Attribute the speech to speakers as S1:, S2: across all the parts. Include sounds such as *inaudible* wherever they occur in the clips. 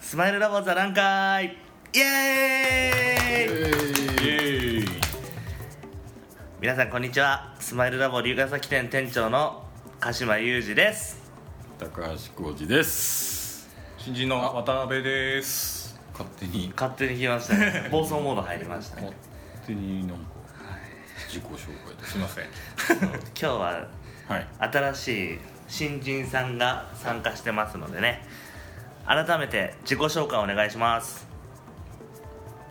S1: スマイルラボ座談会イエーイ
S2: イエーイ
S1: 皆さんこんにちはスマイルラボ龍ヶ崎店店長の鹿島裕二です
S2: 高橋浩二です
S3: 新人の渡辺です
S2: 勝手に
S1: 勝手に来ました *laughs* ね暴走モード入りましたね
S2: 勝手になんか自己紹介です
S3: すいません
S1: 今日は
S2: はい
S1: 新しい新人さんが参加してますのでね改めて自己紹介お願いします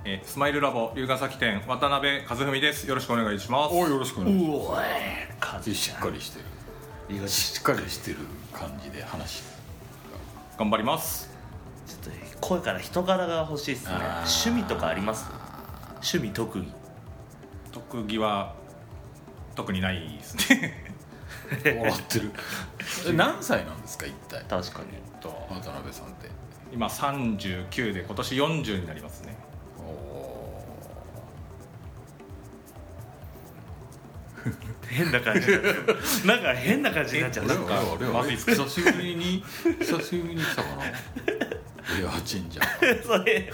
S3: えースマイルラボ龍ヶ崎店渡辺和文ですよろしくお願いします
S2: およろしくお願いしま
S1: おいカ
S2: すしっかりしてるしっかりしてる感じで話
S3: 頑張ります
S1: ちょっと声から人柄が欲しいですね
S2: あ
S1: 趣
S2: ー
S1: 味とかあります趣味特技
S3: 特技は特にないですね
S2: 笑って
S3: *laughs*
S2: るえ何歳なんですか一体
S1: 確かに
S3: えっと
S2: 渡辺さんって
S3: 今39で今年40になりますね
S2: おお
S1: 変な感じ *laughs* なんか変な感じになっちゃ
S2: ー
S1: う
S2: あれ
S1: なんか
S2: はあれは
S3: ま
S2: あ
S3: ず
S2: れ
S3: いっすか
S2: 久しぶりに *laughs* 久しぶりに来たかなレア神社
S1: *laughs* それ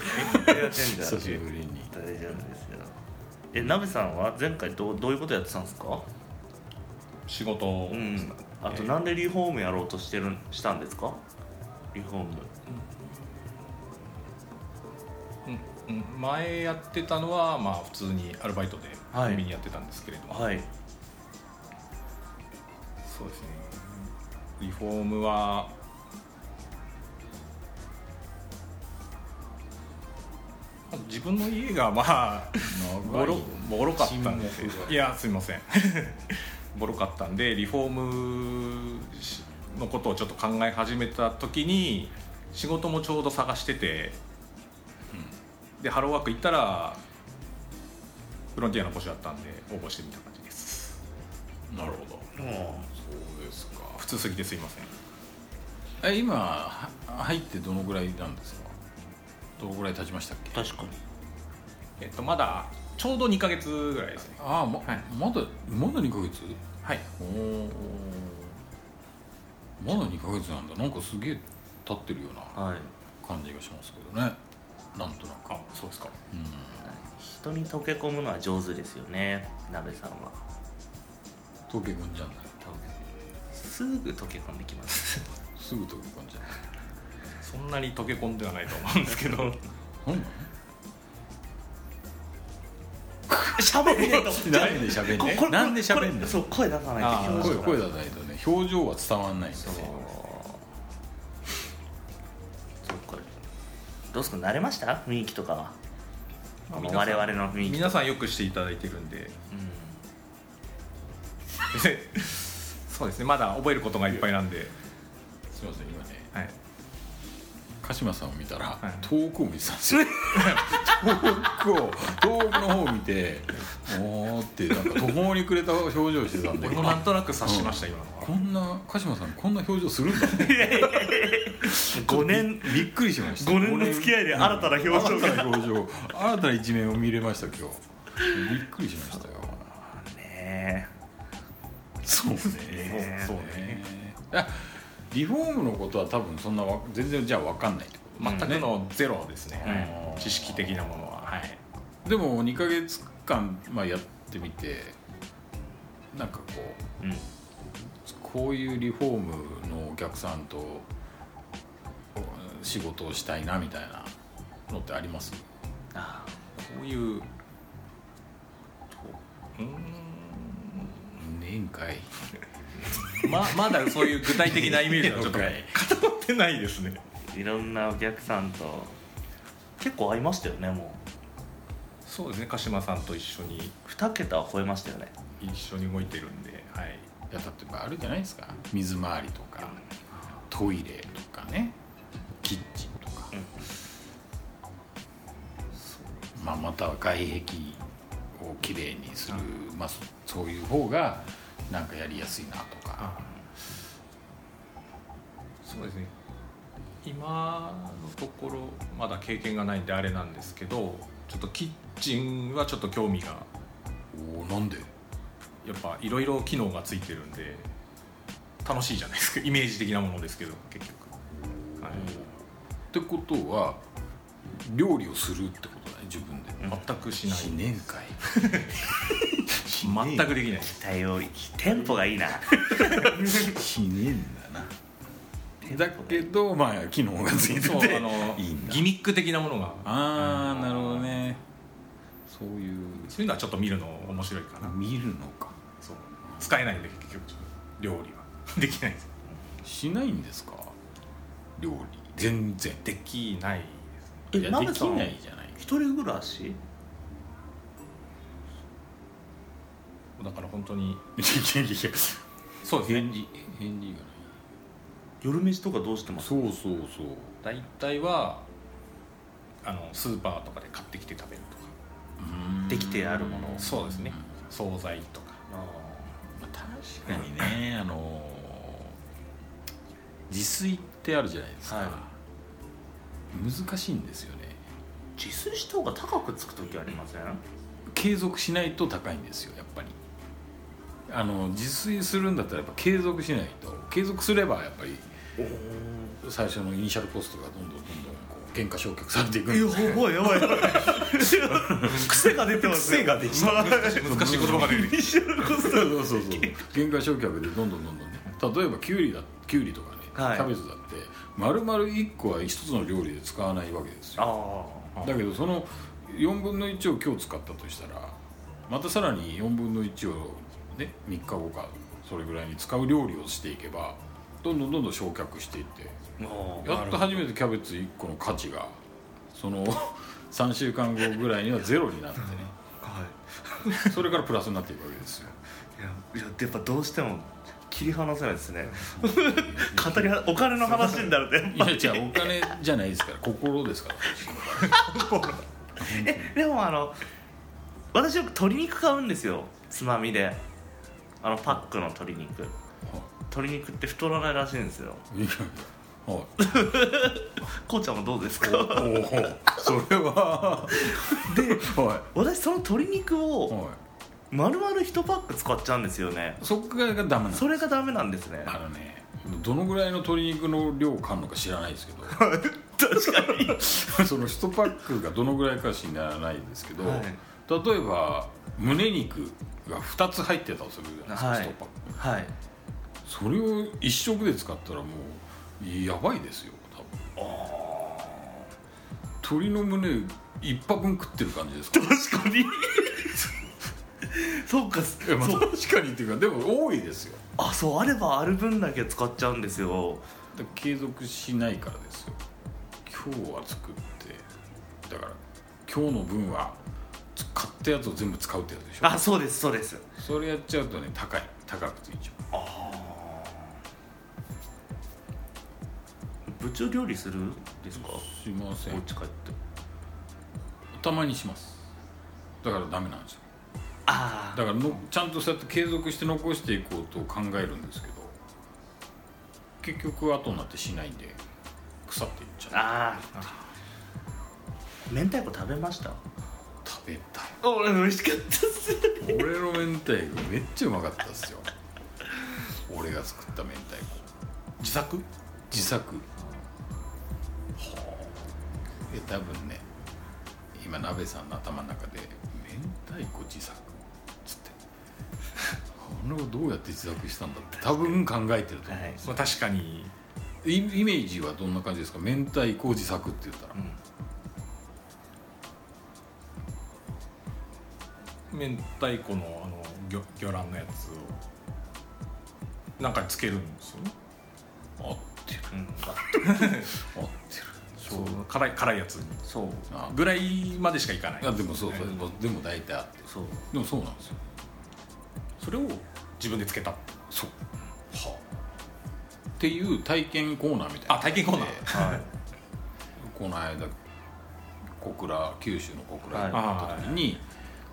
S2: 久しぶりに
S1: 大丈夫ですよえなべさんは前回どうどういうことやってたんですか
S3: 仕事を、
S1: うんあとなんでリフォームやろうとしてるんしたんですかリフォーム
S3: うん前やってたのはまあ普通にアルバイトで
S1: はい
S3: コンビニやってたんですけれども、
S1: はい
S3: そうですねリフォームはまあ自分の家がまあボロボロかったんで
S2: 沈黙が
S3: いやすいません *laughs* ボロかったんでリフォームしのことをちょっと考え始めた時に仕事もちょうど探してて、でハローワーク行ったらフロンティアの募集だったんで応募してみた感じです
S2: なるほどそうですか
S3: 普通すぎてすいません
S2: え今は入ってどのぐらいなんですかどのぐらい経ちましたっけ
S1: 確かに
S3: えっとまだちょうど2ヶ月ぐらいですね
S2: ああま,、
S3: はい
S2: まだまだ2ヶ月
S3: はい
S2: おーまだ2ヶ月なんだなんかすげえ経ってるような
S1: はい
S2: 感じがしますけどねなんとなく
S3: あそうですか
S2: うん
S1: 人に溶け込むのは上手ですよねなべさんは
S2: 溶け込んじゃうんだ
S1: すぐ溶け込んできます *laughs*
S2: すぐ溶け込んじゃう
S3: そんなに溶け込んではないと思うんですけど
S2: なんな
S1: *laughs* 喋れないと
S2: の *laughs* なんで喋んね
S1: これ
S2: なんで
S1: これ
S2: 喋ん
S1: こ
S2: ね
S1: れそう声出さない
S3: あ
S1: と
S3: ー
S1: 表情が
S2: 声声出さないとね表情は伝わんないんです
S1: そう
S2: よ
S1: そっかどうすか慣れました雰囲気とかは
S3: まあ
S1: 我々の雰囲気
S3: 皆さんよくしていただいてるんで *laughs* そうですねまだ覚えることがいっぱいなんです
S2: いません今ね
S3: はい
S2: 鹿島さんを見たら、
S3: はい
S2: 遠くを見てたんで
S1: *laughs*
S2: すよ遠くを遠くの方を見ておーってなんか途方に暮れた表情をしてたんで
S3: 僕もなんとなく察しました今のは
S2: こんな鹿島さんこんな表情するんだ
S1: 5年
S2: びっくりしました
S1: 5年の付き合いで新たな表情が
S2: 新たな表情新たな一面を見れました今日びっくりしましたよ
S1: ね
S2: そう
S1: ね
S2: そうねあリフォームのことは多分そんなわ全然じゃあ分かんないってこと
S3: 全くのゼロですね、
S2: うん
S3: はい知識的なものははい
S2: でも2か月間、まあ、やってみてなんかこう
S1: うん
S2: こういうリフォームのお客さんとうん仕事をしたいなみたいなのってあります
S1: あ
S3: こういう
S2: 年会
S3: ままだそういう具体的なイメージはちょっ *laughs* と
S2: はい
S3: 固まってないですね
S1: いろんなお客さんと結構会いましたよねも
S3: そうですね鹿島さんと一緒に
S1: う2桁は超えましたよね
S3: 一緒に動いてるんではい
S2: いや例えばあるじゃないですか水回りとかトイレとかねキッチンとか、そうまあ、または外壁をきれいにする、まあ、そそういう方がなんかやりやすいなとか
S3: そうですね今のところまだ経験がないんであれなんですけどちょっとキッチンはちょっと興味が
S2: おーなんで
S3: やっぱいろいろ機能がついてるんで楽しいじゃないですかイメージ的なものですけど結局、はい、
S2: ってことは料理をするってことだね自分で、
S3: 全くし
S2: し
S3: な
S2: ねんかい
S3: *laughs* い全くできない
S1: 対応テンポがいいな
S2: しねえんだなだけどまあ機能がついて
S3: そう
S2: て
S3: あの
S2: いいんだ
S3: ギミック的なものが
S2: ああなるほどねそういう
S3: そういうのはちょっと見るの面白いかな、
S2: 見るのか
S3: そう使えないんで結局ちょっと料理は *laughs* できないです
S2: しないんですか料理全然
S3: できない
S1: え
S3: で
S2: いや
S1: マ
S2: で
S1: ム
S2: き
S1: さん
S2: ないじゃない
S1: 一人暮らし
S3: すだから本当
S2: い
S3: に
S2: やいやいや
S3: そうですね
S2: 返事返事がない
S1: 夜飯とかどうしてます
S2: そうそうそう
S3: 大体はあのスーパーとかで買ってきて食べるとか
S1: できてあるものを
S3: そうですね惣菜とか
S2: まあ確かにねあの自炊ってあるじゃないですか、
S1: はい
S2: 難しいんですよね
S1: 自炊した方が高くつく時ありません
S2: 継続しないと高いんですよやっぱりあの自炊するんだったらやっぱ継続しないと継続すればやっぱり最初のイニシャルコストがどんどんどんどんこう原価償却されていくんですよ
S1: ばいやばいやばい癖が出てます癖が出てま
S3: 難しい言葉が出てきて
S2: *laughs* そうそうそう *laughs* そう原価償却でどんどんどんどんね例えばきゅうりだきゅうりとかね、
S1: はい
S2: キャベツだって丸々1個は1つの料理で使わないわけですよ
S1: *laughs* あ
S2: だけどその4分の1を今日使ったとしたらまたさらに4分の1を、ね、3日後かそれぐらいに使う料理をしていけばどんどんどんどん焼却していって
S1: あもう
S2: やっと初めてキャベツ1個の価値がその *laughs* 3週間後ぐらいにはゼロになってね
S1: は
S2: それからプラスになっていくわけですよ
S1: いいやいややっぱどうしても切り離せないですね語りはお金の話になるとやっ
S2: *laughs* い
S1: ぱ
S2: や
S1: り
S2: 違うお金じゃないですから心ですから
S1: え *laughs* でもあの私よく鶏肉買うんですよつまみであのパックの鶏肉鶏肉って太らないらしいんですよ
S2: いやいやはい
S1: こうちゃんもどうですか
S2: おおそれはでは
S1: 私その鶏肉
S2: い
S1: を
S2: は
S1: 丸々1パック使っちゃうんですよね
S2: いそこがダメなんです
S1: それがダメなんですね
S2: あのねどのぐらいの鶏肉の量を買うのか知らないですけど
S1: *laughs* 確かに
S2: *laughs* その1パックがどのぐらいか知らないですけど、
S1: はい
S2: 例えば胸肉が2つ入ってたとするじゃないですか、
S1: はい
S2: 1パック
S1: はい
S2: それを1食で使ったらもうやばいですよ多分鶏の胸1パ分食ってる感じ
S1: *laughs*
S2: ですか
S1: 確かにそうか
S2: いやまあ
S1: そう
S2: 確かにっていうかでも多いですよ
S1: あそうあればある分だけ使っちゃうんですよ
S2: だから継続しないからですよ今日は作ってだから今日の分はつ買ったやつを全部使うってやつでしょ
S1: あそうですそうです
S2: それやっちゃうとね高い高くついちゃ
S1: 部長料理するんですか
S2: うすいませ
S1: お
S2: ん
S1: 家帰って
S2: たまにしますだからダメなんですよ
S1: あ
S2: だからのちゃんとそうやって継続して残していこうと考えるんですけど結局後になってしないんで腐っていっち
S1: あ
S2: ゃう
S1: ああ明太子食べました
S2: 食べたい
S1: 俺美味しかったっす
S2: 俺の明太子めっちゃうまかったっすよ俺が作った明太子
S3: 自作
S2: 自作で多分ね今鍋さんの頭の中で「明太子自作」つってこれをどうやって自作したんだって多分考えてると思う、
S1: はい
S3: まあ確かに
S2: イイメージはどんな感じですか明太子自作って言ったら、
S3: 明太子のあの魚魚卵のやつをなんかつけるんですよね
S2: 合ってる
S1: うん
S2: 合ってる
S3: そう辛い辛いやつに
S1: そう
S2: あ
S3: ぐらいまでしかいかない
S2: あでもそうそう
S3: ね
S2: でもでも大体合ってる
S1: そう
S2: でもそうなんですよ
S3: それを自分でつけた
S2: そうはあっていう体験コーナーみたいな
S3: あ体験コーナー
S2: で
S1: はい
S2: この間小倉九州の小倉行った時に、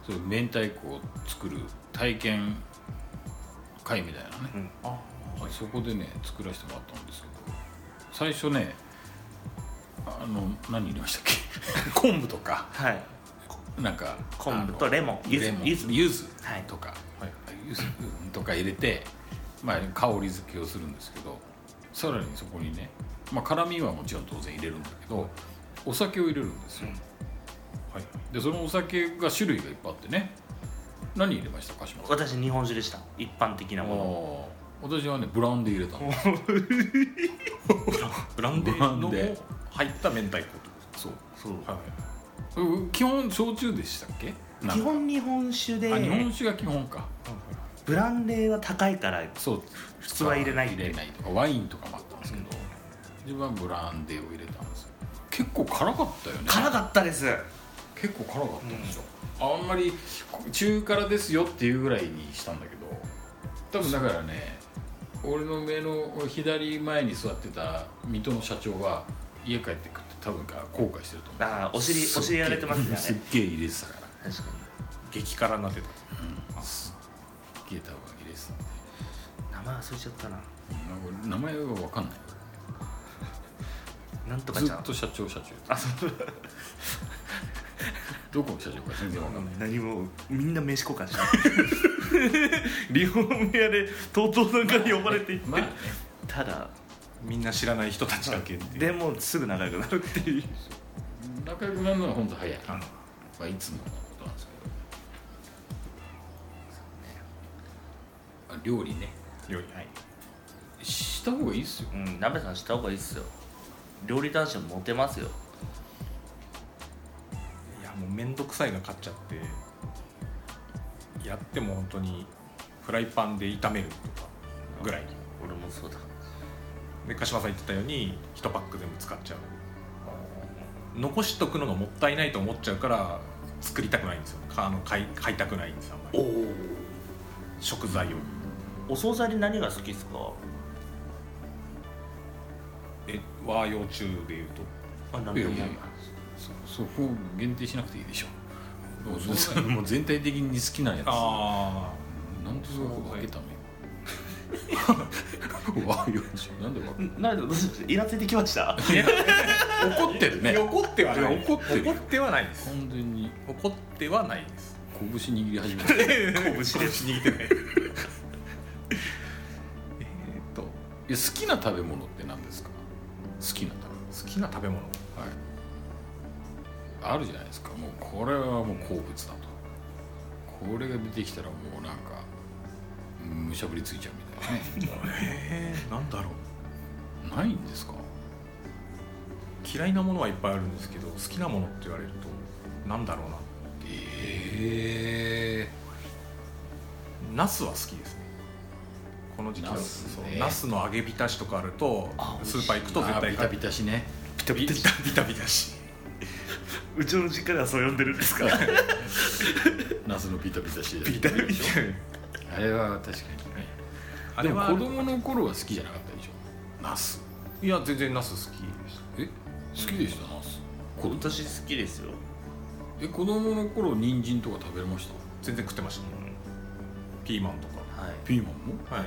S2: そういう明太子を作る体験会みたいなね、
S1: うん
S3: あ
S2: そこでね作らせてもらったんですけど最初ねあの何入れましたっけ *laughs* 昆布とか
S1: はい
S2: なんか
S1: 昆布と
S2: あの
S1: レモン柚子
S2: レモン
S1: 柚子
S2: 柚子
S1: はい
S2: とか、
S3: はい
S2: 柚子とか入れて、まあ、香り付けをするんですけどさらにそこにね、まあ、辛みはもちろん当然入れるんだけどお酒を入れるんですよ
S3: はい
S2: でそのお酒が種類がいっぱいあってね何入れましたか島さん
S1: 私日本酒でした一般的なものを
S2: あー私はねブランデー入れたの
S3: ブランデー
S2: ブ
S3: の
S2: ランデー
S3: 入った明太子と
S2: そう
S1: そう
S3: は
S2: う基本焼酎でしたっけなん
S1: 基
S2: か
S1: 本日本酒
S2: あ日本
S1: で
S2: 酒が基本か
S1: ブランデーは高いから
S2: そう
S1: 普通は入れないん
S2: 入
S1: で
S2: れないとかワインとかもあったんですけど、自分はブランデーを入れたんですよ結構辛かったよね
S1: 辛かったです
S2: 結構辛かったんですよ、あんまり中辛ですよっていうぐらいにしたんだけど多分だからね俺の目の左前に座ってた水戸の社長は家帰ってくって多分から後悔してると思う
S1: あーお尻お尻やられて *laughs* ますねあれ
S2: すっげえ入れてたから
S1: 確か
S3: い激辛なってた
S2: 消えた方が入れてた
S1: に
S2: んで
S1: 名前忘れちゃったな
S2: なんか名前は分かんない
S1: なんとか
S2: ず
S1: ち
S2: っ
S1: ゃん
S2: と社長社長あそう *laughs* どこの社長か全然わかんない
S1: 何もみんな名刺交換して *laughs* リフォーム屋で TOTO さんから呼ばれていって、
S2: まあね
S1: ただ
S3: みんな知らない人たちだけっていう
S1: でもすぐ仲良くなるっていう
S2: 仲良くなるのは本当早い、
S3: あの
S2: まあ、いつものことなんですけどあ料理ね
S3: 料理はい
S2: した方がいいっすよ
S1: うん鍋さんした方がいいっすよ料理男子モテますよ
S3: いやもう面倒くさいが勝っちゃってやっても本当にフライパンで炒めるとかぐらい
S1: 俺もそうだ
S3: で鹿島さん言ってたように1パック全部使っちゃう残しとくのがもったいないと思っちゃうから作りたくないんですよあの買い買いたくないんですよあ
S1: お
S3: んまり
S1: お
S3: 食材を
S1: お惣菜で何が好きっすか
S3: え和洋中でいうと
S1: あ
S2: い
S1: 鍋
S2: や
S1: い
S2: いやいやそそこ限定しなくていいでしょもうそれもう全体的に好きなやつ
S3: あ
S2: なんでそこ分けた *laughs* のよわあよなんで分け
S1: なんでどうしましたイラついてきました
S3: あいや
S2: た怒ってるね
S3: 怒ってはない
S2: いや怒ってるよ
S3: 怒ってはないです
S2: 完全に
S3: 怒ってはないです
S2: 拳握り始めたい
S3: *laughs* 拳握ってないえーっと好
S2: や好きな食べ物って何ですか好きな食べ物
S3: きな食べ物
S2: はい、あるじゃないですかもうこれはもう好物だとこれが出てきたらもうなんかうんむしゃぶりついちゃうみたい *laughs* なね
S3: えー、なんだろう
S2: ないんですか
S3: 嫌いなものはいっぱいあるんですけど好きなものって言われるとなんだろうな
S2: え
S3: ナスは好きですねこの時期の
S2: ナスね
S3: そうナスの揚げ浸しとかあると
S1: あ
S3: スーパー行くと絶対
S2: ビタビタしね
S3: ビタビタビタビタビタし
S1: うちの実家ではそう呼んでるんですか
S2: *laughs* ナスのビタビタし
S3: ビタビタ
S2: あれは確かにね
S3: あ
S2: で
S3: れ
S2: も
S3: は
S2: 子供の頃は好きじゃなかったでしょナス
S3: いや全然ナス好きで
S2: え
S3: し
S2: 好きでしたナス子供
S1: 私好きですよ、
S2: え子供の頃人参とか食べれました
S3: た全然食ってまし
S1: う
S3: た、
S1: ん
S3: ピーマンと
S1: はい
S2: ピーマンも
S3: かはい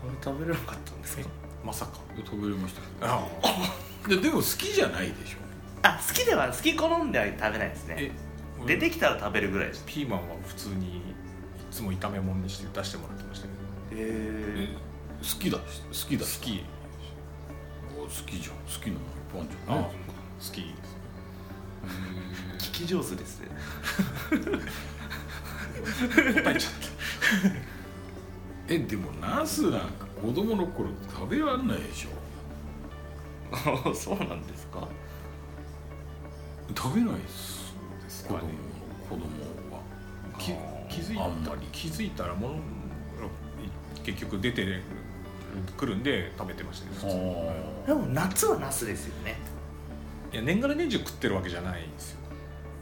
S1: これ食べれなかったんですか
S3: まさか
S2: いや食べれましたけ
S3: ああ
S2: どででも好きじゃないでしょ
S1: あ好きでは好き好んでは食べないですね
S3: え
S1: 出てきたら食べるぐらいです
S3: ピーマンは普通にいつも炒め物にして出してもらってましたけど
S1: へ
S2: え
S1: え
S2: 好きだ好きだ
S3: 好き
S2: お好きじゃん好きなの一般じゃ
S3: あ
S2: ん
S3: あ
S2: ね
S3: 好きです
S1: 聞き上手 *laughs* ですね
S3: 答えちゃった
S2: えでもナスなんか子供の頃食べられないでしょ
S1: あそうなんですか
S2: 食べないです
S3: です
S2: 子
S3: か
S2: 供
S3: ね
S2: 子供は
S3: き気づい
S2: あん
S3: た
S2: まり
S3: 気づいたらもの結局出てくるんで食べてましたね普通に
S1: でも夏はナスですよね
S3: いや年がら年中食ってるわけじゃないんですよ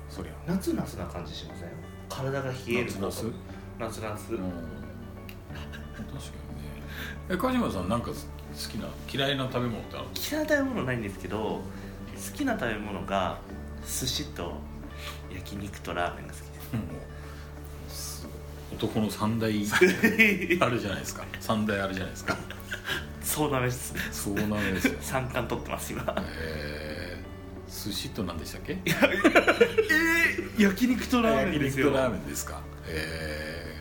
S3: そりゃ
S1: 夏ナスな感じしません体が冷える
S2: 夏ナスうん
S1: 夏ナス、
S2: 確かにねえ鹿島さんなんか好きな嫌いな食べ物ってある
S1: 嫌いな食べ物ないんですけど好きな食べ物が寿司と焼肉とラーメンが好
S2: 男の三 *laughs* 大
S1: き *laughs* です
S2: あるじゃないですか三大あるじゃないですか
S1: そうなんです
S2: そうなんですよ
S1: 三冠取ってます今
S2: えー寿司と何でしたっけ
S1: え焼肉と
S2: 焼肉とラーメンですかえ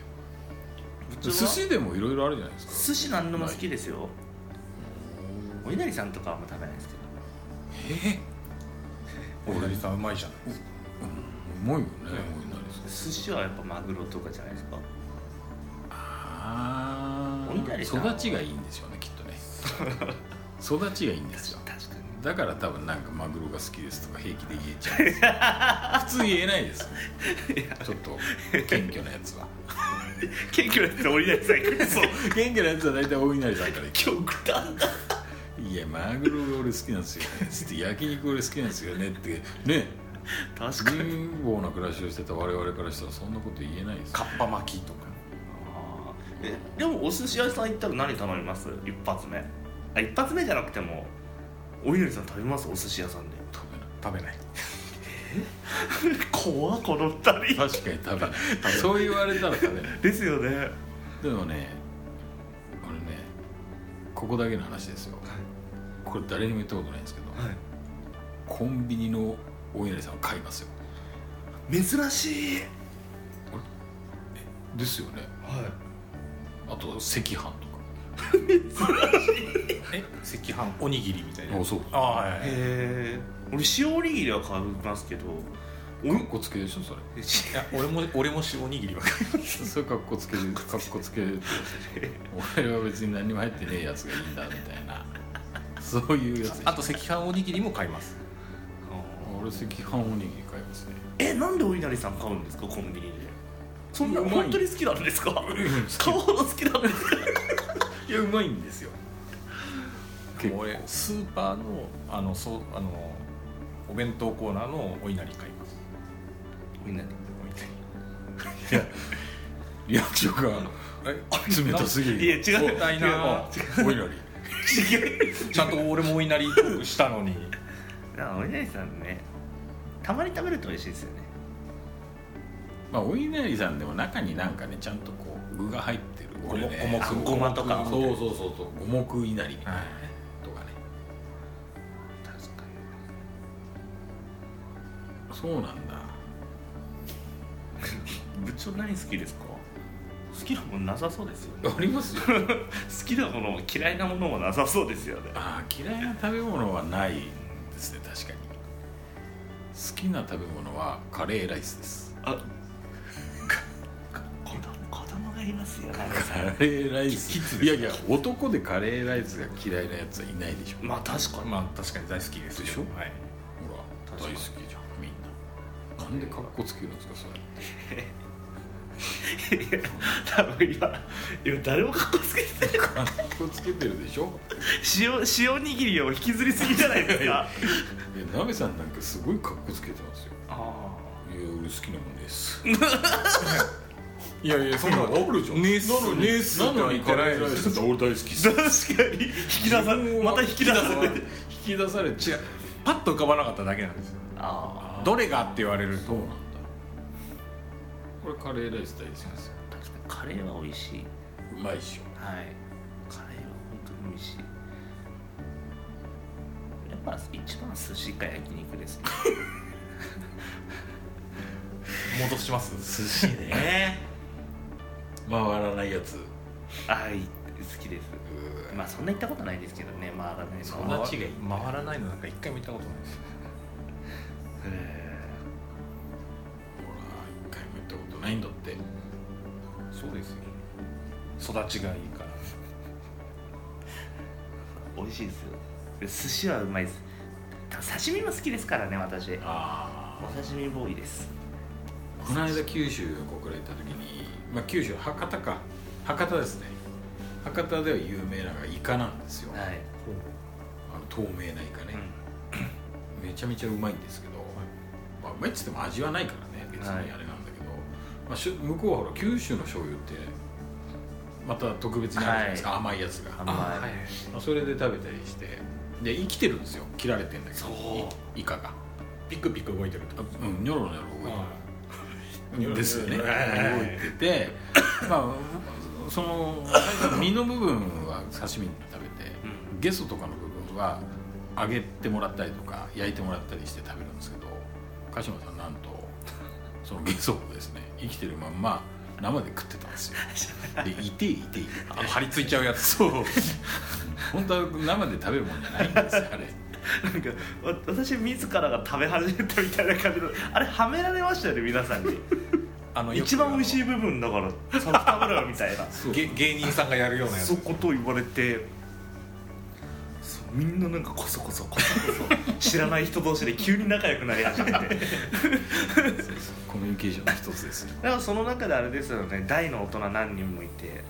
S2: ー
S1: 普通は
S2: 寿司でもいろいろあるじゃないですか
S1: 寿司何でも好きですよお稲荷さんとかはあんま食べないですけど
S2: え
S3: お稲荷さんうまいじゃない
S2: うんうまいよねお稲荷さ
S1: 寿
S2: ん
S1: 司はやっぱマグロとかじゃないですか
S2: あ
S1: お稲荷さん
S2: ー育ちがいいんでしょうねきっとね *laughs* 育ちがいいんですよ
S1: 確かに
S2: だから多分なんかマグロが好きですとか平気で言えちゃうんですよ普 *laughs* 通言えないですよちょっと謙虚なやつは
S1: 謙虚なやつお稲荷さん行く *laughs* そう
S2: *laughs* 謙虚なやつは大体お稲荷さんから行
S1: 極端だ
S2: くいやマグロが俺好きなんですよねつって焼肉俺好きなんですよねってね
S1: 確かに
S2: 貧乏な暮らしをしてた我々からしたらそんなこと言えないですよ
S3: かっぱ巻きとか
S1: あーえでもお寿司屋さん行ったら何頼みます一発目あ一発目じゃなくてもお稲荷さん食べますお寿司屋さんで
S2: 食べない
S3: 食べない
S1: *laughs* 怖っこの二人
S2: 確かに食べないそう言われたら食べない
S1: ですよね
S2: でもねこれねここだけの話ですよこれ誰にも言ったことないんですけど、
S1: は
S2: コンビニのお稲荷さんを買いますよ
S1: い珍しい
S2: ですよね
S1: はい
S2: あと赤飯とか
S3: え赤飯おにぎりみたいな
S2: あそう
S3: ああはいい
S1: へえ俺塩おにぎりは買いますけどお
S2: かっこつけでしょそれ
S1: えし
S3: や俺も俺も塩おにぎりは
S2: それかっこつけでかっこつけで俺は別に何も入ってねえやつがいいんだみたいなそういうやつでしょ
S3: あと赤飯おにぎりも買います
S2: 俺赤飯おにぎり買いますね
S1: えなんでお稲荷さん買うんですかコンビニでそんな
S2: うまい
S1: 本当に好きなんですか *laughs* 買うほど好きなんですか
S2: いやうまいんですよ結構
S3: 俺スーパーのあのそうあのお弁当コーナーのお稲荷買います
S1: お稲荷
S3: お稲荷
S2: リアクションがえ冷たすぎる
S1: いや違う
S2: そう
S1: 違う
S3: ないな
S2: おいなり
S3: ちゃんと俺もお稲荷っぽくしたのに
S1: なんかお稲荷さんねたまに食べると美味しいですよね
S2: まあお稲荷さんでも中になんかねちゃんとこう具が入ってる
S3: ご
S2: これ
S3: も
S2: ね
S1: あ
S3: ごも
S1: ごまとか
S2: そうそうそうそう五目稲荷みたいなねとかね
S1: 確か
S2: そうなんだ
S1: に部長何好きですか好きなものなさそうですよね
S2: ありますよ
S1: 好きなものも嫌いなものもなさそうですよね
S2: ああ嫌いな食べ物はないですね確かに好きな食べ物はカレーライスです
S1: あ子供子供がいますよね
S2: カレーライスいやいや男でカレーライスが嫌いなやつはいないでしょ
S1: *laughs* まあ確かに
S3: まあ確かに大好きですけど
S2: でしょ
S3: はい、
S2: ほら
S1: 確
S2: 大
S1: かに
S2: 好きじゃんみんななんで格好つけるんですか *laughs* それ
S1: 多分今今誰もかっこつけてない
S2: 格好つけてるでしょ
S1: 塩塩握りを引きずりすぎじゃないですか
S2: いや鍋さんなんかすごい格好つけてますよ
S1: *laughs* あ
S2: いや俺好きなもんです
S3: いやいやそんなの
S2: あるじゃん
S3: ねえっす
S2: なのに
S3: ねえっす
S2: なのに
S3: って言
S2: カ
S3: ってない
S2: レーライスって俺大好きっす
S1: あ確かに引き出さ
S2: 自分を
S1: また引き出されて
S2: 引き出されちゃう
S3: パッと浮かばなかっただけなんですよ
S1: あ
S3: どれがって言われる
S2: そう
S3: と
S2: なんだこれカレーライス大好きですよ
S1: あ確かにカレーは美味しいう
S2: まいっしょ
S1: はいカレーは本当に美味しいやっぱ一番寿司か焼肉ですね
S3: 戻します
S2: 寿司ね
S1: え
S2: 回らないやつ
S1: えはい好きですまあそんな行ったことないですけどねまあだね
S2: そんな違い
S3: 回らないのなんか一回も行ったことないです
S1: え
S2: ほら一回も行ったことないんだって
S3: そうですよ育ちがいいから
S1: 美味しいですよ寿司はうまいですた刺身も好きですからね私お
S2: あ
S1: 刺身ボーイです
S2: この間九州旅行から行った時に、まあ、九州博多か博多ですね博多では有名なのがイカなんですよ、
S1: はい、
S2: あの透明なイカね、めちゃめちゃうまいんですけど、まあ、うまいっつっても味はないからね別にあ
S1: はい
S2: れなんだけど、まあしゅ、向こうはほら九州の醤油ってまた特別にあるじゃないですか、甘いやつが、
S1: 甘い
S2: まあ、それで食べたりしてで生きてるんですよ切られてんだけど
S1: そう
S2: いイカが
S3: ピクピク動いてるとか
S2: うんニョロニョロ動いてるですよね
S3: うん
S2: 動いててまあその身の部分は刺身に食べて
S1: う
S2: ゲソとかの部分は揚げてもらったりとか焼いてもらったりして食べるんですけど鹿島さんなんとそのゲソをですね生きてるまんま生で食ってたんですよでいていていて
S3: あ張り付いちゃうやつそう
S2: 本当は生で食べるもんじゃないんですよあれ
S1: なんかわ私自らが食べ始めたみたいな感じのあれはめられましたよね皆さんに
S3: あの
S1: 一番美味し
S3: い
S1: い部分だからその食べろよみたいな
S3: 芸芸人さんがやるようなやつ
S1: そうことを言われてそうみんななんかこそこそこそこそ知らない人同士で急に仲良くなり始めて *laughs* だ
S2: *laughs* コミュニケーションの一つですよ
S1: からその中であれですよね大の大人何人もいて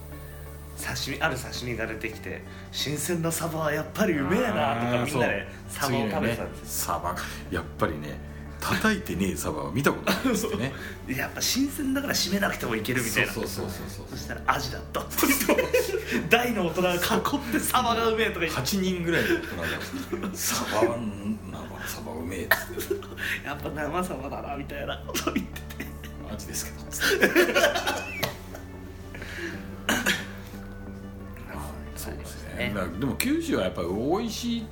S1: 刺身ある刺身が出てきて新鮮なサバはやっぱりうめえなとかみんなでサバを食べてたんですよ
S2: すサバやっぱりね叩いてねえサバは見たことないですよね
S1: やっぱ新鮮だから締めなくてもいけるみたいな
S2: そうそうそうそう
S1: そしたらアジだったって大の大人が囲ってサバがうめえとか言って
S2: 8人ぐらいの大人が「サバは生サバうめえ」っつって
S1: やっぱ生サバだなみたいなこと言ってて
S2: 「マジですけど」そうですねだからでも九州はやっぱり美味しい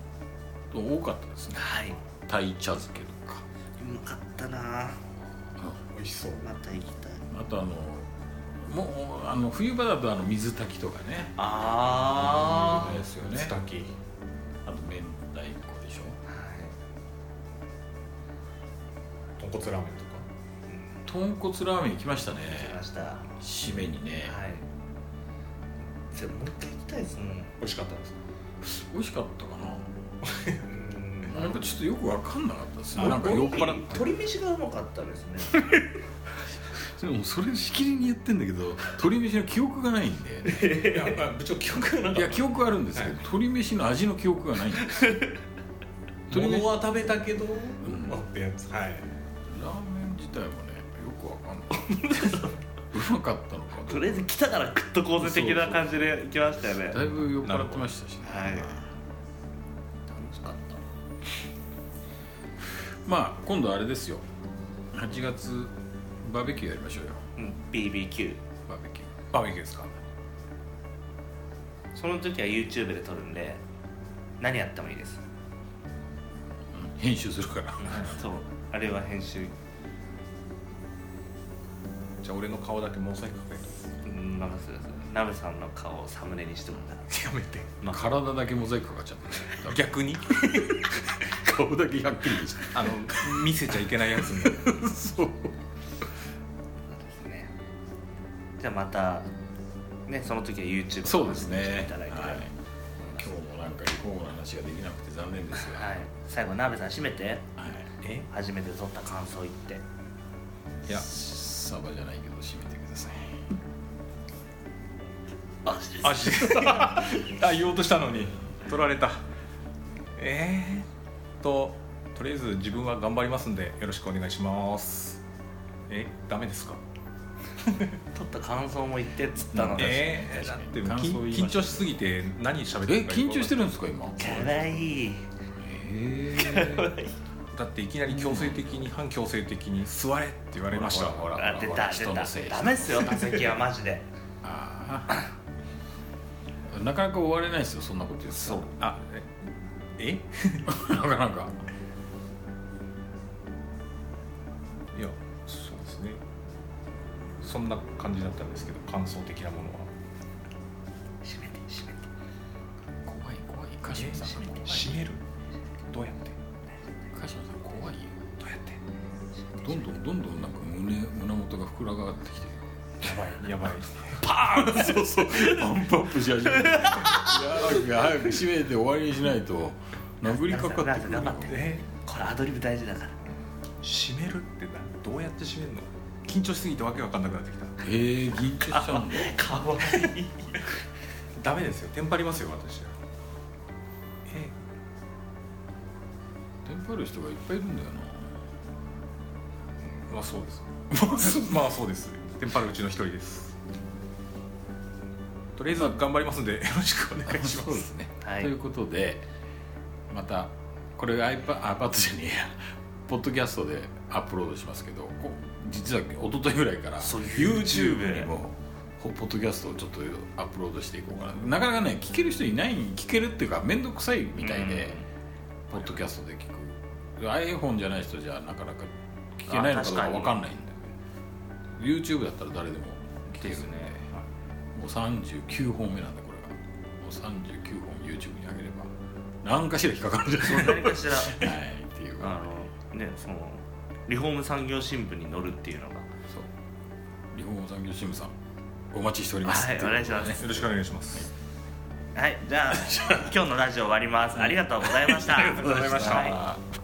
S2: と多かったですね
S1: はい
S2: 鯛茶漬けとか、
S1: うまかったな
S2: 美味しそう
S1: また行きたい
S2: あとあのもうあの冬場だとあの水炊きとかね
S1: あ
S2: 有名ですよね
S3: スタキ
S2: あと明太子でしょ
S3: 豚骨ラーメンとか
S2: 豚骨ラーメン行きましたね
S1: 来ましたは
S2: 締めにね、
S1: いじゃあもう一回行きたいですもん
S3: 美味しかったです
S2: 美味しかったかな
S1: な
S2: なんん
S1: か
S2: かちょっとよく分かんなかったですねなんか酔っ払って
S1: 鳥飯がうまかったですね
S2: でもそれしきりに言ってんだけど鳥飯の記憶がない
S3: *laughs*
S2: んで
S3: いやまあ部長記憶 *laughs* がない
S2: や記憶はあるんですけど鳥飯の味の記憶がないんです
S3: *laughs*
S2: よ鳥飯
S3: 物は食べたけど、
S2: ん
S3: まあってやつはい
S2: ラーメン自体もねよくわかんないうまかったのかど
S1: と
S2: う
S1: りあえず来たから食っとこうぜ的な感じで行きましたよね
S2: だいぶ酔っ払ってましたし、ね
S1: はい楽しかった
S2: まあ今度あれですよ8月バーベキューやりましょうよ
S1: うん、BBQ
S2: バーベキュー
S3: バーベキューですか
S1: その時は YouTube で撮るんで何やってもいい
S2: *laughs*
S1: です、
S2: うん編集するから
S1: そうあれは編集
S3: じゃあ俺の顔だけモザイクかけて
S1: うん任せてくださいナムさんの顔をサムネにしてもらったら
S3: やめて
S1: まあ
S2: 体だけモザイクかかっちゃった *laughs* ね
S3: 逆に
S2: 顔だけはっきりでし
S3: あの見せちゃいけないやつに
S2: たそう
S1: そうですねじゃあまたねその時は YouTube
S2: そうです
S1: 楽しみにし
S2: ね
S1: ていただいて
S2: はい今日もなんかリフォームの話ができなくて残念ですが、
S1: はい、最後ナムさん締めて
S2: はい
S3: *laughs* え
S1: 初めて撮った感想言って
S2: いやサバじゃないけど締めてください
S1: あし
S3: あし *laughs* あ言おうとしたのに取られたえー、ととりあえず自分は頑張りますんでよろしくお願いしますえダメですか
S1: 撮った感想も言ってっつったので
S3: えー、だって
S2: 感想言いました
S3: 緊緊張しすぎて何喋って
S2: え
S3: るか
S2: 緊張して
S3: る
S2: るんですか今
S1: かわいい
S2: えー
S3: だっていきなり強制的に、反強制的に座れって言われました
S2: ほらほら
S1: あ出た出
S2: 人のせい
S1: たダメっすよ打席はマジで
S2: あーなかなか終われないですよそんなこと言うそう
S3: あえ
S2: なかなか
S3: えいやそうですねそんな感じだったんですけど感想的なものは
S1: 締めて締めて
S2: 怖い怖い鹿島さんが怖い
S3: 閉めるどうやって
S2: 鹿島さん怖いよ
S3: どうやって
S2: どんどんどんどんなんか胸胸元が膨らがってきてる
S3: やばい
S2: そうそうパンプアップし始めていやなんか早く締めて終わりにしないと殴りかかってくるよ
S1: 頑張って
S3: え
S1: これアドリブ大事だから
S3: 閉めるってなどうやって閉めるの緊張しすぎてわけわかんなくなってきた
S2: えー、緊張しちゃうんだ
S1: かわいい
S3: ダメですよテンパりますよ私え
S2: テンパる人がいっぱいいるんだよな
S3: まあそうです *laughs* まあそうですテンパるうちの一人ですとりあえず頑張りますんでよろしくお願いします
S2: すね
S1: はい
S2: ということでまたこれ iPad, iPad じゃねえやポッドキャストでアップロードしますけどこ実は一昨日ぐらいから
S1: そう
S2: YouTube にもポッドキャストをちょっとアップロードしていこうかななかなかね聞ける人いない聞けるっていうか面倒くさいみたいで、ポッドキャストで聞く iPhone じゃない人じじゃなかなか聞けないのかどうか分かんないんだよね YouTube だったら誰でもているんで
S3: はい
S2: もう39本目なんだこれがもう39本 YouTube に上げれば何かしら引っかかるんじゃないです
S1: *laughs* 何かしら
S2: かはいっていう
S1: あのねそのリフォーム産業新聞に載るっていうのが
S2: そう日本産業新聞さんお待ちしております
S1: はい
S2: ってう
S1: お願いします
S2: ね
S3: よろしくお願いします
S1: *laughs* はいじゃあ今日のラジオ終わりますありがとうございましたありが
S2: ありがとうございました、